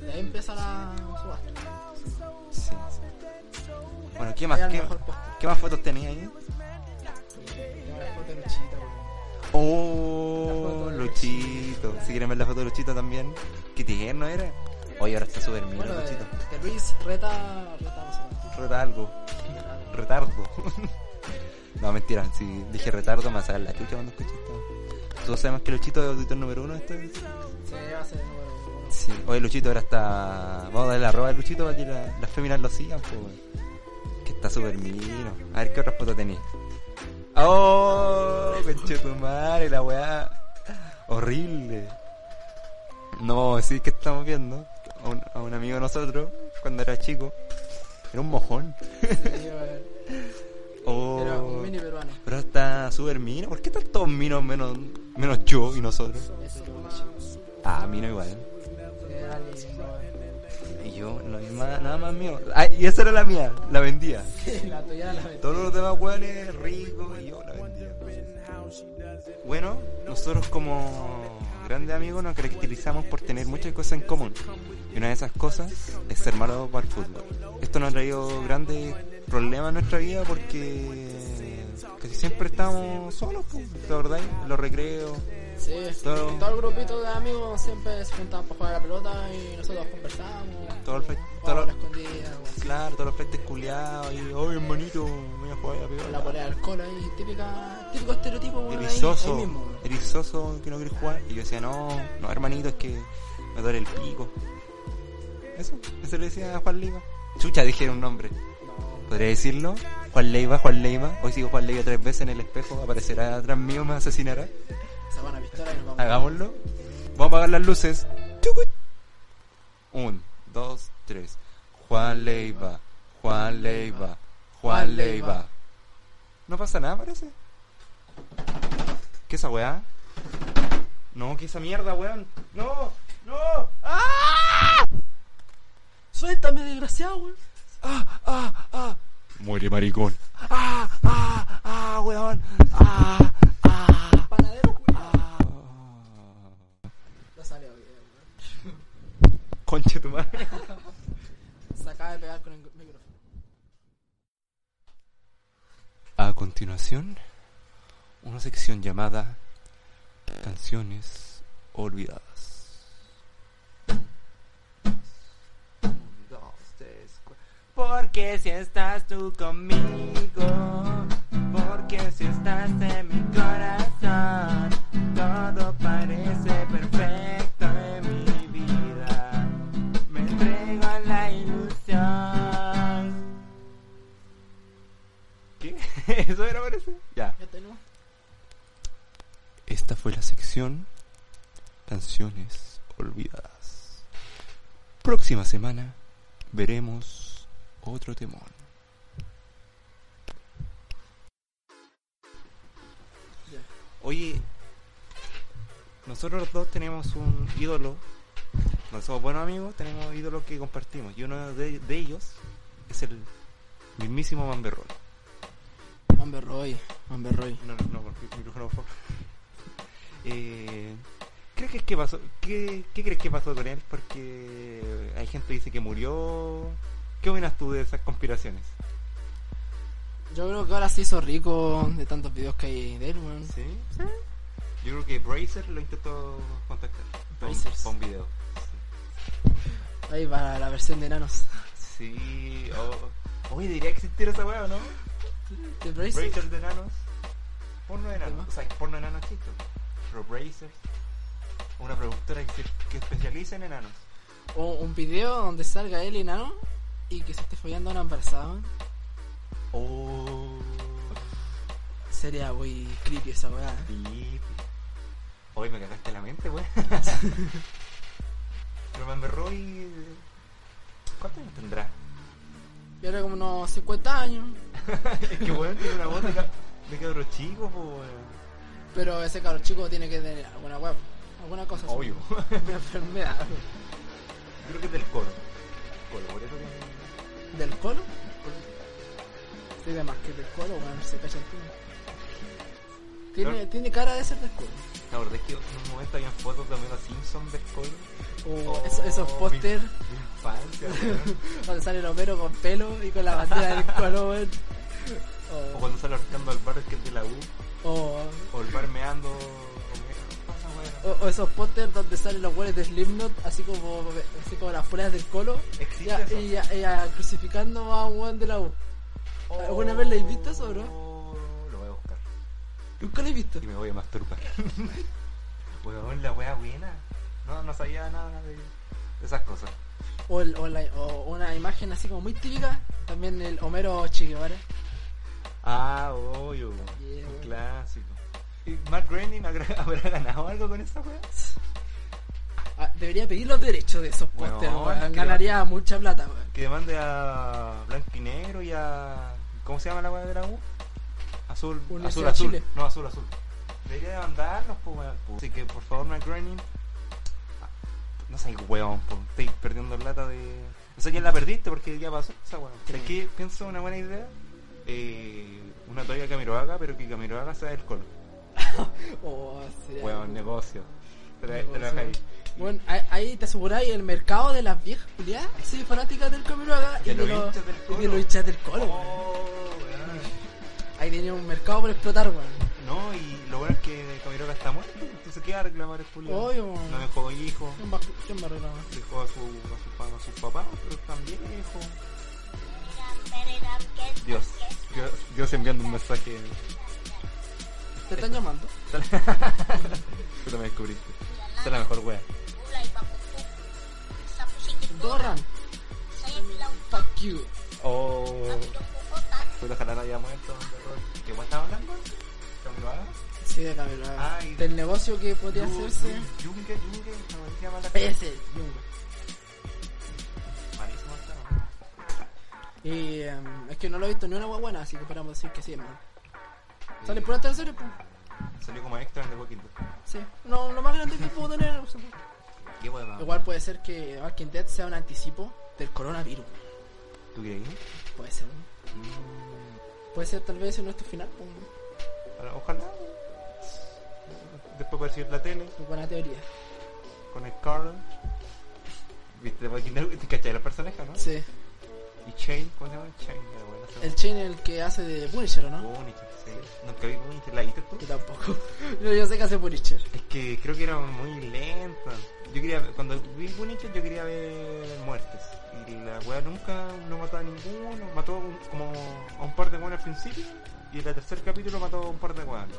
De ahí empieza la subasta.
Sí, sí. Bueno, ¿qué más?
Ahí al
¿Qué,
mejor puesto.
qué más fotos tenéis ahí?
Tengo la foto de Luchito, weón.
Oh,
La foto de
Luchito. Si quieren ver la foto de Luchito también. Qué tierno era. Oye, ahora está súper mino
Bueno, eh. de,
Luchito.
de Luis reta, reta no sé cuánto.
Reta algo. Retardo. no, mentira. Si dije retardo, me sale la chucha cuando escuché esto. Todos sabemos que Luchito es auditor número uno de esta vez.
Se va a ser número uno.
Sí. Oye, Luchito ahora está. Vamos a darle la arroba a Luchito para que la- las féminas lo sigan, pues, weón. Que está súper mino. A ver qué otra foto tenía. ¡Oh! Conchetumare, la weá. Horrible. No vamos a decir que estamos viendo a un, a un amigo de nosotros cuando era chico. Era un mojón.
Sí, weón.
Oh.
Era un mini peruano.
Pero está súper mino. ¿Por qué están todos minos menos, menos yo y nosotros?
Ese es una-
Ah, mino igual.
era lindo,
Y yo, no hay más- nada más mío. Ay, y esa era la mía, la vendía.
weón. La tuya la vendí.
Todos los demás hueones ricos y yo la vendía. Bueno, nosotros como grandes amigos nos caracterizamos por tener muchas cosas en común. Y una de esas cosas es ser malo para el fútbol. Esto nos ha traído grandes problemas en nuestra vida porque casi siempre estamos solos, pues, ¿te acordáis? En Los recreos,
Sí,
Todo-
todo el grupito de amigos siempre se juntaban para jugar a la pelota y nosotros conversábamos.
todo el fe- todo
Todos
lo-
la escondida, weón.
Claro, todos los pleites culiados y, "Oh, oye hermanito, voy a jugar a la
Con
pelota".
la polea de alcohol ahí, típica, típico estereotipo, weón. ahí- ahí
erizoso,
mismo, weón.
erizoso que no quiere jugar. Y yo decía, no, no, hermanito, es que me duele el pico. Eso, eso le decía a Juan Leiva. Chucha, dije un nombre. ¿Podría decirlo? Juan Leiva, Juan Leiva. Hoy sigo Juan Leiva tres veces en el espejo. Aparecerá atrás mío, me asesinará.
Se van a pistola y nos vamos.
Hagámoslo. Vamos a apagar las luces. Tucut. Un, dos, tres. Juan Leiva, Juan Leiva, Juan
Juan
Leiva.
Leiva.
No pasa nada, parece. ¿Qué esa weá? No, ¿qué esa mierda, weón? No, no. ¡Ah!
Suéltame, desgraciado, weón.
¡Ah, ah, ah! Muere maricón. ¡Ah, ah, ah, weón! ¡Ah, ah!
Panadero, weón.
ah.
No salió bien, weón.
Conche tu madre.
Se acaba de pegar con el micrófono.
A continuación, una sección llamada Canciones Olvidadas. Porque si estás tú conmigo, porque si estás en mi corazón, todo parece perfecto en mi vida. Me entrego a la ilusión. ¿Qué? ¿Eso era parece? Ya.
¿Ya tenemos?
Esta fue la sección Canciones Olvidadas. Próxima semana veremos otro temón.
Ya.
Oye, nosotros los dos tenemos un ídolo. No somos buenos amigos, tenemos ídolos que compartimos. Y uno de, de ellos es el mismísimo Mamberrón.
Amber Roy, Amber Roy.
No, no, por mi micrófono, por favor. Eh, ¿Crees que, que pasó? ¿Qué, qué crees que pasó con él? Porque hay gente que dice que murió. ¿Qué opinas tú de esas conspiraciones?
Yo creo que ahora se hizo rico de tantos videos que hay de él, weón.
¿Sí? Yo creo que Bracer lo intentó contactar. Para un-
Brazers.
para un video.
Ahí va la versión de nanos.
Sí. Oh. Oye, diría que existiera esa weá, ¿o ¿no?
¿De Bracer?
Bracer de enanos. Porno de enanos.
¿Tema?
O sea, porno de enanos existe. Pero Brazers. Una productora que, que especializa en enanos.
O un video donde salga él enano y que se esté follando a una embarazada. weón.
Oh.
Sería muy creepy esa weá. ¿eh?
Deep. Hoy me cagaste la mente, weón. Norman Berroy. ¿Cuántos eh, años tendrá?
Yo era como unos 50 años.
Es que weón tiene una voz de, ca- de cabro chico, po, weón.
Pero ese cabrón chico tiene que tener alguna web, alguna cosa. así.
Obvio.
Una enfermedad.
Creo que es del coro. Coro, por eso que.
¿Del colo? Sí, de más que del colo, weón, se cacha el tiro. Tiene,
Claro.
tiene cara de ser del colo.
La verdad es que en un momento habían fotos de Homero Simpson del coro.
O
Oh,
esos, esos
mi-
póster
Mi infancia, weón.
donde sale el Homero con pelo y con la bandera del colo, weón.
O cuando sale arrancando al bar que es de la U.
O, o,
O el bar meando. Homero. Pasa, weón.
o- o esos póster donde salen los güeyes de Slipknot, así como, así como las fueras del colo.
Existe
Ya,
eso.
y ya, y ya crucificando a un weón de la U. ¿Alguna vez la has visto eso, bro?
Oh, Lo voy a buscar.
Nunca lo he visto.
Y me voy a masturbar. Weón, la wea buena. No, no sabía nada de, de esas cosas.
O, el- o la- o una imagen así como muy típica. También el Homero Che Guevara.
Ah, obvio.
Yeah,
un
weón.
clásico. ¿Y Matt Groening habrá habrá ganado algo con esa wea?
Ah, debería pedir los derechos de esos
Bueno,
pósteres,
es que-
Ganaría mucha plata, weón.
Que demande a Blanco y Negro y a. ¿Cómo se llama la wea de la U? Azul, azul,
Universidad de
azul.
Chile.
No, azul, azul. Debería demandarnos, pues, weón. Así que, por favor, Matt Groening. ah, No sé, weón, po. estoy perdiendo plata de. O sea, ya la perdiste porque ya pasó esa weón. ¿Sabes qué? Pienso una buena idea. Eh, una toalla de Camiroaga, pero que Camiroaga sea del color.
O sería-
Weón, negocio. Tra-
Negocio.
Trabaja ahí.
Bueno, ahí, ahí te aseguráis el mercado de las viejas culiadas. Sí, fanáticas del Camiroaga y
De
de
los
los
hinchas del
y
Colo.
de los hinchas del colo, weón.
Oh, weón.
Ahí tenía un mercado por explotar, weón.
No, y lo bueno es que Camiroaga está muerto, entonces ¿qué va a reclamar el culiao?
Obvio, weón.
No dejó hijo,
¿Quién va- ¿Quién va a reclamar?
dejó a su, a su, pa- a su papá, pero también dejó. Dios, Dios, Dios enviando un mensaje.
Te están llamando.
Tú me descubriste. Esa es la mejor wea.
Doran, fuck you.
Oh, pero ojalá no haya muerto. pero- ¿Qué wea estaba hablando? ¿Camiroaga?
Sí, de Camiroaga.
Ay.
Del negocio que podría
Yu-
hacerse.
Yu- Yunque, Yunque, ¿cómo se llama la
Ese, Yunga.
Malísimo esta, ¿no?
Y em, es que no lo he visto ni una hueá buena, así que podemos decir que sí, hermano. Sale pura tercera, pues.
Salió como extra en The Walking Dead.
Sí. No, lo más grande que puedo tener. o sea, pues.
¿Qué hueva?
Igual puede ser que The Walking Dead sea un anticipo del coronavirus.
¿Tú creí? Mm.
Puede ser, ¿no? Puede ser tal vez en nuestro final, pues,
Ahora, Ojalá. Después apareció en la tele
una buena teoría.
con el Carl. ¿Viste The Walking Dead? ¿Te cachai los personajes, no?
Sí.
Y Shane, ¿cómo se llama? Shane, la buena
El Chain es el que hace de Punisher, ¿o no?
Punisher, sí. Nunca vi Punisher, ¿la viste tú?
Yo tampoco. Yo, yo sé que hace Punisher.
Es que creo que era muy lenta. Yo quería, cuando vi Punisher yo quería ver muertes. Y la weá nunca, no mató a ninguno. Mató a un- como a un par de weones al principio. Y en el tercer capítulo mató a un par de weones.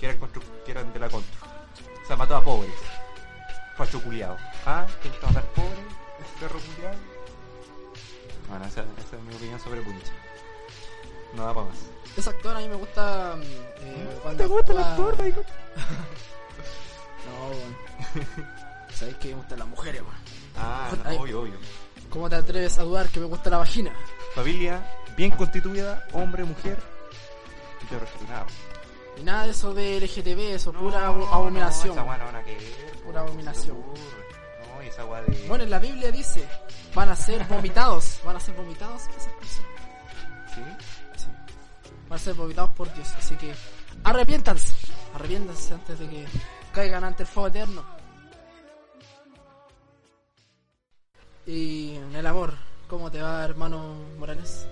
Que eran, constru- que eran de la contra. O sea, mató a pobres. Facho culiado. Ah, que gusta matar pobres. Perro culiado. Bueno, esa, esa es mi opinión sobre Punisher. Nada para más.
Ese actor a mí me gusta. mm, eh, cuando actúa- No, weón. Sabéis que me gustan las mujeres, weón.
Ah,
Ojo,
no,
ay.
obvio, obvio.
¿Cómo te atreves a dudar que me gusta la vagina?
Familia bien constituida, hombre, mujer. Y te resignado.
Y nada de eso de LGTB, eso, pura abo- abominación.
esa weá no van a querer. po,
Pura abominación.
se te ocurre. No, y esa weá de.
Bueno, en la Biblia dice, van a ser vomitados, van a ser vomitados esas personas.
¿Sí?
Sí. Van a ser vomitados por Dios, así que arrepiéntanse, arrepiéntanse antes de que caigan ante el fuego eterno. Y en el amor, ¿cómo te va, hermano Morales?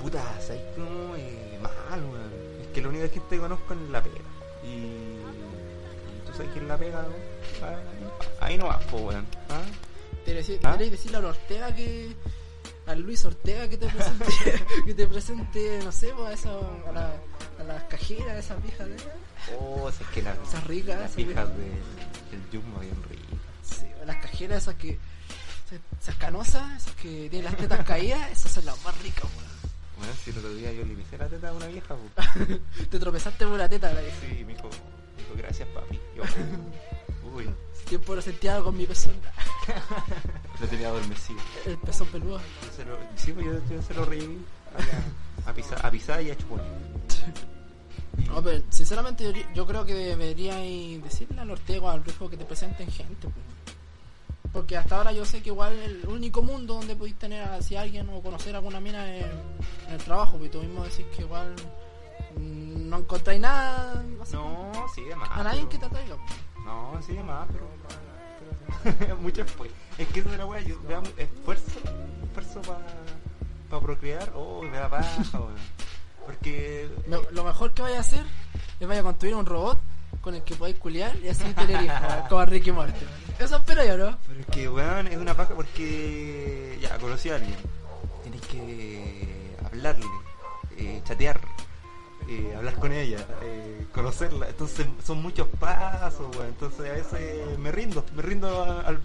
Puta, ¿sabes cómo es mal, weón? Es que la única gente que conozco es la pega. Y. y tú sabes quién la pega, ¿no? Ah, Ahí no vas, po, weón. ¿Ah?
¿Te deci-
¿Ah?
¿Queréis decirle a Ortega que... A Luis Ortega que te presente, que te presente no sé, pues, a, esa, a, la- a las cajeras, a esas viejas de...
Oh, si es que la-
Esas ricas,
Las
esas
hijas
ricas.
de.
El yugma bien rico.
Sí, o las cajeras esas que. Esas canosas, esas que tienen las tetas caídas, esas son las más ricas, weón.
Bueno, si el otro día yo le pisé la teta a una vieja, po.
Te tropezaste por la teta de la vieja.
Sí, me dijo, me dijo, gracias papi. Yo, uy,
Hace tiempo no sentía algo en mi pezón.
lo tenía adormecido.
El pezón peludo.
Yo se lo, sí, pues yo, yo se lo reí a, a, pisa- a pisar y a chupar.
No, pero sinceramente yo, yo creo que debería decirle al Ortego, al Rufo, que te presenten gente. pues. Porque hasta ahora yo sé que igual el único mundo donde podéis tener hacia alguien o conocer alguna mina es en el trabajo. pues, Y tú mismo decís que igual mm, no encontráis nada. así,
No, sí, de más.
A nadie
pero-
que te atraiga. pues.
No, sí, de más, pero. Mucho esfuerzo. Es que eso de la wea, yo vea, esfuerzo, esfuerzo para procrear. Oh, me da paja, weón. Porque.
Me- lo mejor que vaya a hacer es vaya a construir un robot con el que podáis culiar y así tener hijos, como Ricky Morty. Eso espero yo, ¿no?
Pero es que, weón, es una paja porque. Ya, conocí a alguien. Tienes que hablarle, eh, chatear, eh, hablar con ella, eh, conocerla. Entonces, son muchos pasos, weón. Entonces, a veces me rindo, me rindo a- al.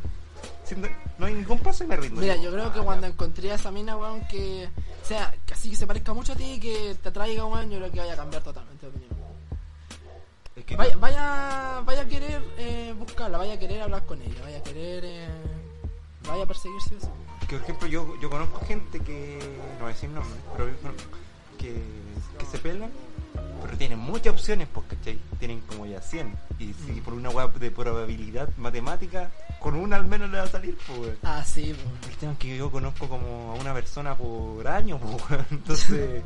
sin- no hay ningún paso y me rindo.
Mira, yo creo
ah,
que
ya.
cuando encontré a esa mina, weón, que o sea, que así que se parezca mucho a ti, que te atraiga, weón, yo creo que vaya a cambiar totalmente de opinión.
Es que-
Vaya, vaya, vaya a querer eh, buscarla, vaya a querer hablar con ella, vaya a querer, eh, vaya a perseguirse. Eso.
Que por ejemplo yo, yo conozco gente que, no voy a decir nombres, pero yo conozco- que, que se pelan, pero tienen muchas opciones, pues, ¿cachai? Tienen como ya 100. Y si
Mm.
por una web de probabilidad matemática, con una al menos le va a salir, pues. weón.
Ah, sí, weón.
El tema es que yo conozco como a una persona por año, pues, weón. entonces,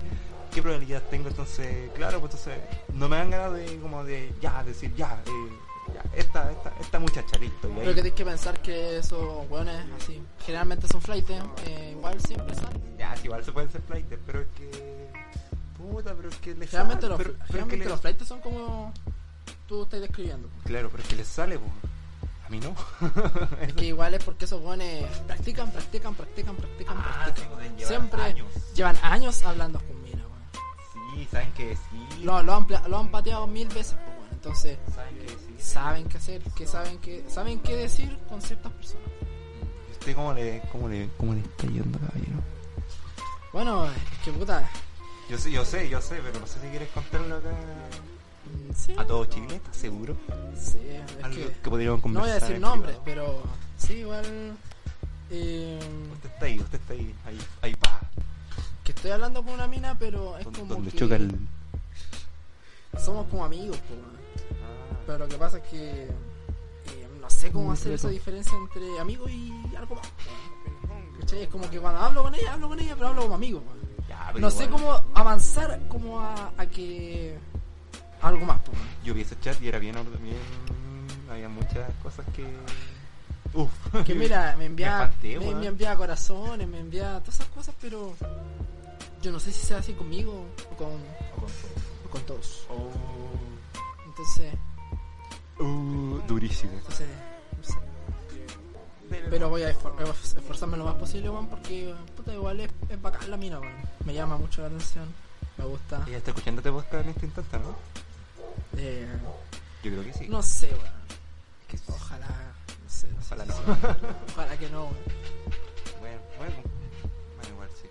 ¿qué probabilidad tengo? Entonces, claro, pues entonces, no me dan ganas de como de, ya, decir, ya, eh, ya, esta, esta, esta muchacha, listo. Y
Pero
ahí-
que tienes que pensar que esos weones, así, generalmente son flightes, eh, igual siempre salen.
Ya, sí, igual se pueden ser flightes, pero es que. Puta, pero es que les
Realmente
sale.
los,
pero, pero es
realmente
que les-
los flights son como tú estás describiendo.
Claro, pero es que les sale, po. A mí no.
Es que igual es porque esos hueones practican, practican, practican, practican,
Ah,
practican.
sí, pueden llevar
Siempre
años.
llevan años hablando con mina, weón.
sí, saben que sí.
Lo, lo han, pla- lo han pateado mil veces, pues, weón. Entonces,
Saben que sí.
saben qué hacer, que saben qué, saben qué decir con ciertas personas.
¿Usted cómo le, cómo le, cómo le está yendo, caballero?
Bueno, es que puta.
Yo sé, yo sé, yo sé, pero no sé si quieres contarlo acá.
mm, Sí,
A todos chilenos, ¿estás seguro?
sí, es
Algo
que.
que podríamos
No voy a
conversar.
decir
en
nombres,
privado.
pero sí, igual. eh,
Usted está ahí, usted está ahí. Ahí, ahí pa.
que estoy hablando con una mina, pero es como.
Donde
que
choca el.
Somos como amigos, pues, weón.
Ah,
Pero lo que pasa es que eh, no sé cómo hacer esa diferencia entre amigo y algo más. weón. ¿Cachai? Es como que cuando hablo con ella, hablo con ella, pero hablo como amigo. weón.
ya, pero
No sé
igual,
cómo avanzar como a, a que algo más. po, weón.
Yo vi ese chat y era bien. orde- bien... Había muchas cosas que. Uf.
Que mira, me envía,
espanteo,
me,
weón.
me envía corazones, me envía todas esas cosas, pero yo no sé si sea así conmigo o con, o con todos. Oh. Entonces,
Uh, durísimo.
entonces, no sé. Pero voy a esfor- esfor- esforzarme lo más posible, weón, porque puta, igual es, es bacán la mina, weón. Me llama mucho la atención, me gusta.
Ella está escuchando este podcast en este instante, ¿no?
Eh,
Yo creo que sí.
no sé, weón. Ojalá, no sé. no sé
Ojalá
si- Ojalá que no, weón.
Bueno, bueno. Bueno, igual sí.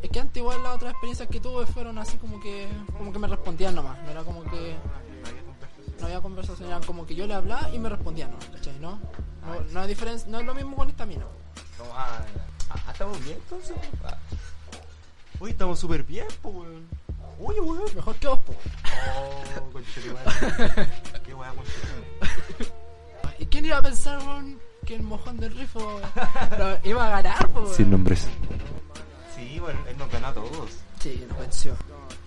Es que antes igual las otras experiencias que tuve fueron así como que como que me respondían nomás, no era como que no había conversación, eran como que yo le hablaba y me respondían nomás, ¿cachai? ¿No? No, no, hay diferencia, no es lo mismo con esta mina. weón.
No, ah, ah, estamos bien entonces. Ah. Uy, estamos súper bien, pues, weón. Uy, weón.
Mejor que vos, po.
Oh, conchetumare. Qué weá, conchetumare.
¿Y quién iba a pensar, weón, que el mojón del rifo weón, iba a ganar, po, weón?
nombres.
Sí, bueno, él nos gana a todos.
Sí, nos venció.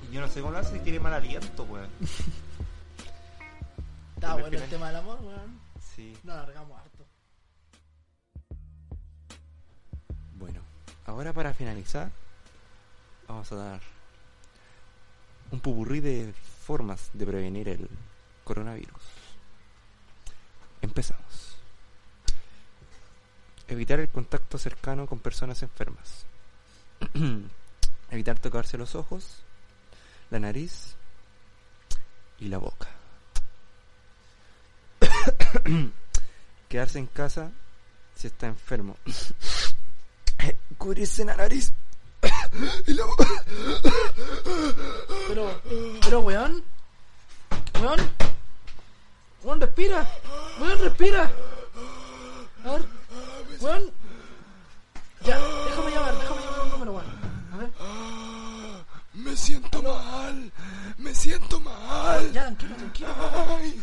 Y yo no sé cómo lo hace, tiene mal aliento, weón.
Está
Me
bueno el
esperé.
tema del amor, weón.
Sí.
Nos alargamos harto.
Bueno, ahora para finalizar, vamos a dar un pupurrí de formas de prevenir el coronavirus. Empezamos. Evitar el contacto cercano con personas enfermas. Evitar tocarse los ojos, la nariz y la boca.
quedarse en casa si está enfermo. Cubrirse la nariz. y la boca.
Pero, pero, weón. Weón. Weón, respira. Weón, respira. A ver. Weón. Ya, déjame llamar, déjame llamar un número, weón. A ver.
Me siento mal. Me siento mal.
Ya, tranquilo, tranquilo.
Ay.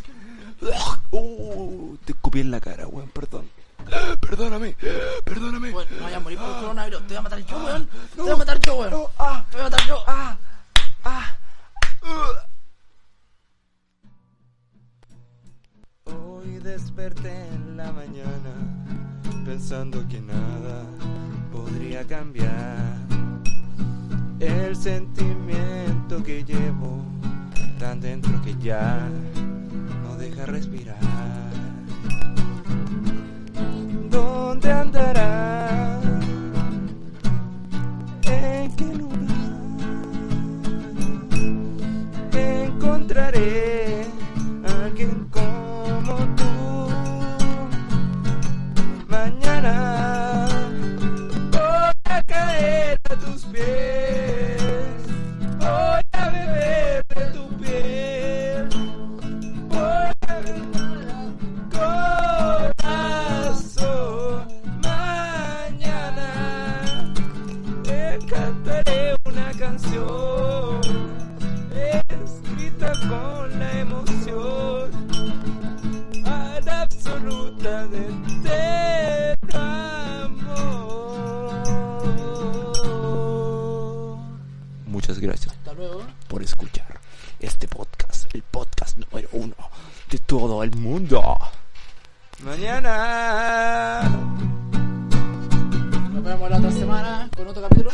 Uh, te escupí en la cara, weón, perdón.
Perdóname. Perdóname.
Weón, no voy a morir por el coronavirus. Te voy a matar yo, weón. Te voy a matar yo, weón. Te voy a matar yo. Ah, ah.
Hoy desperté en la mañana pensando que nada podría cambiar. El sentimiento que llevo tan dentro que ya no deja respirar. ¿Dónde andará? ¿En qué lugar? encontraré a alguien como tú. Mañana voy a caer a tus pies, voy a beber de tu piel, voy a beber corazón. Mañana te cantaré una canción escrita con la emoción a la absoluta de entero amor. Muchas gracias
Hasta luego.
por escuchar este podcast, el podcast número uno de todo el mundo. Mañana.
Nos vemos la otra semana con otro capítulo.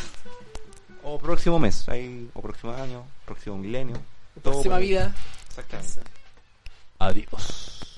O próximo mes, ahí, o próximo año, próximo milenio. todo
Próxima
por-
vida.
Exactamente. Adiós.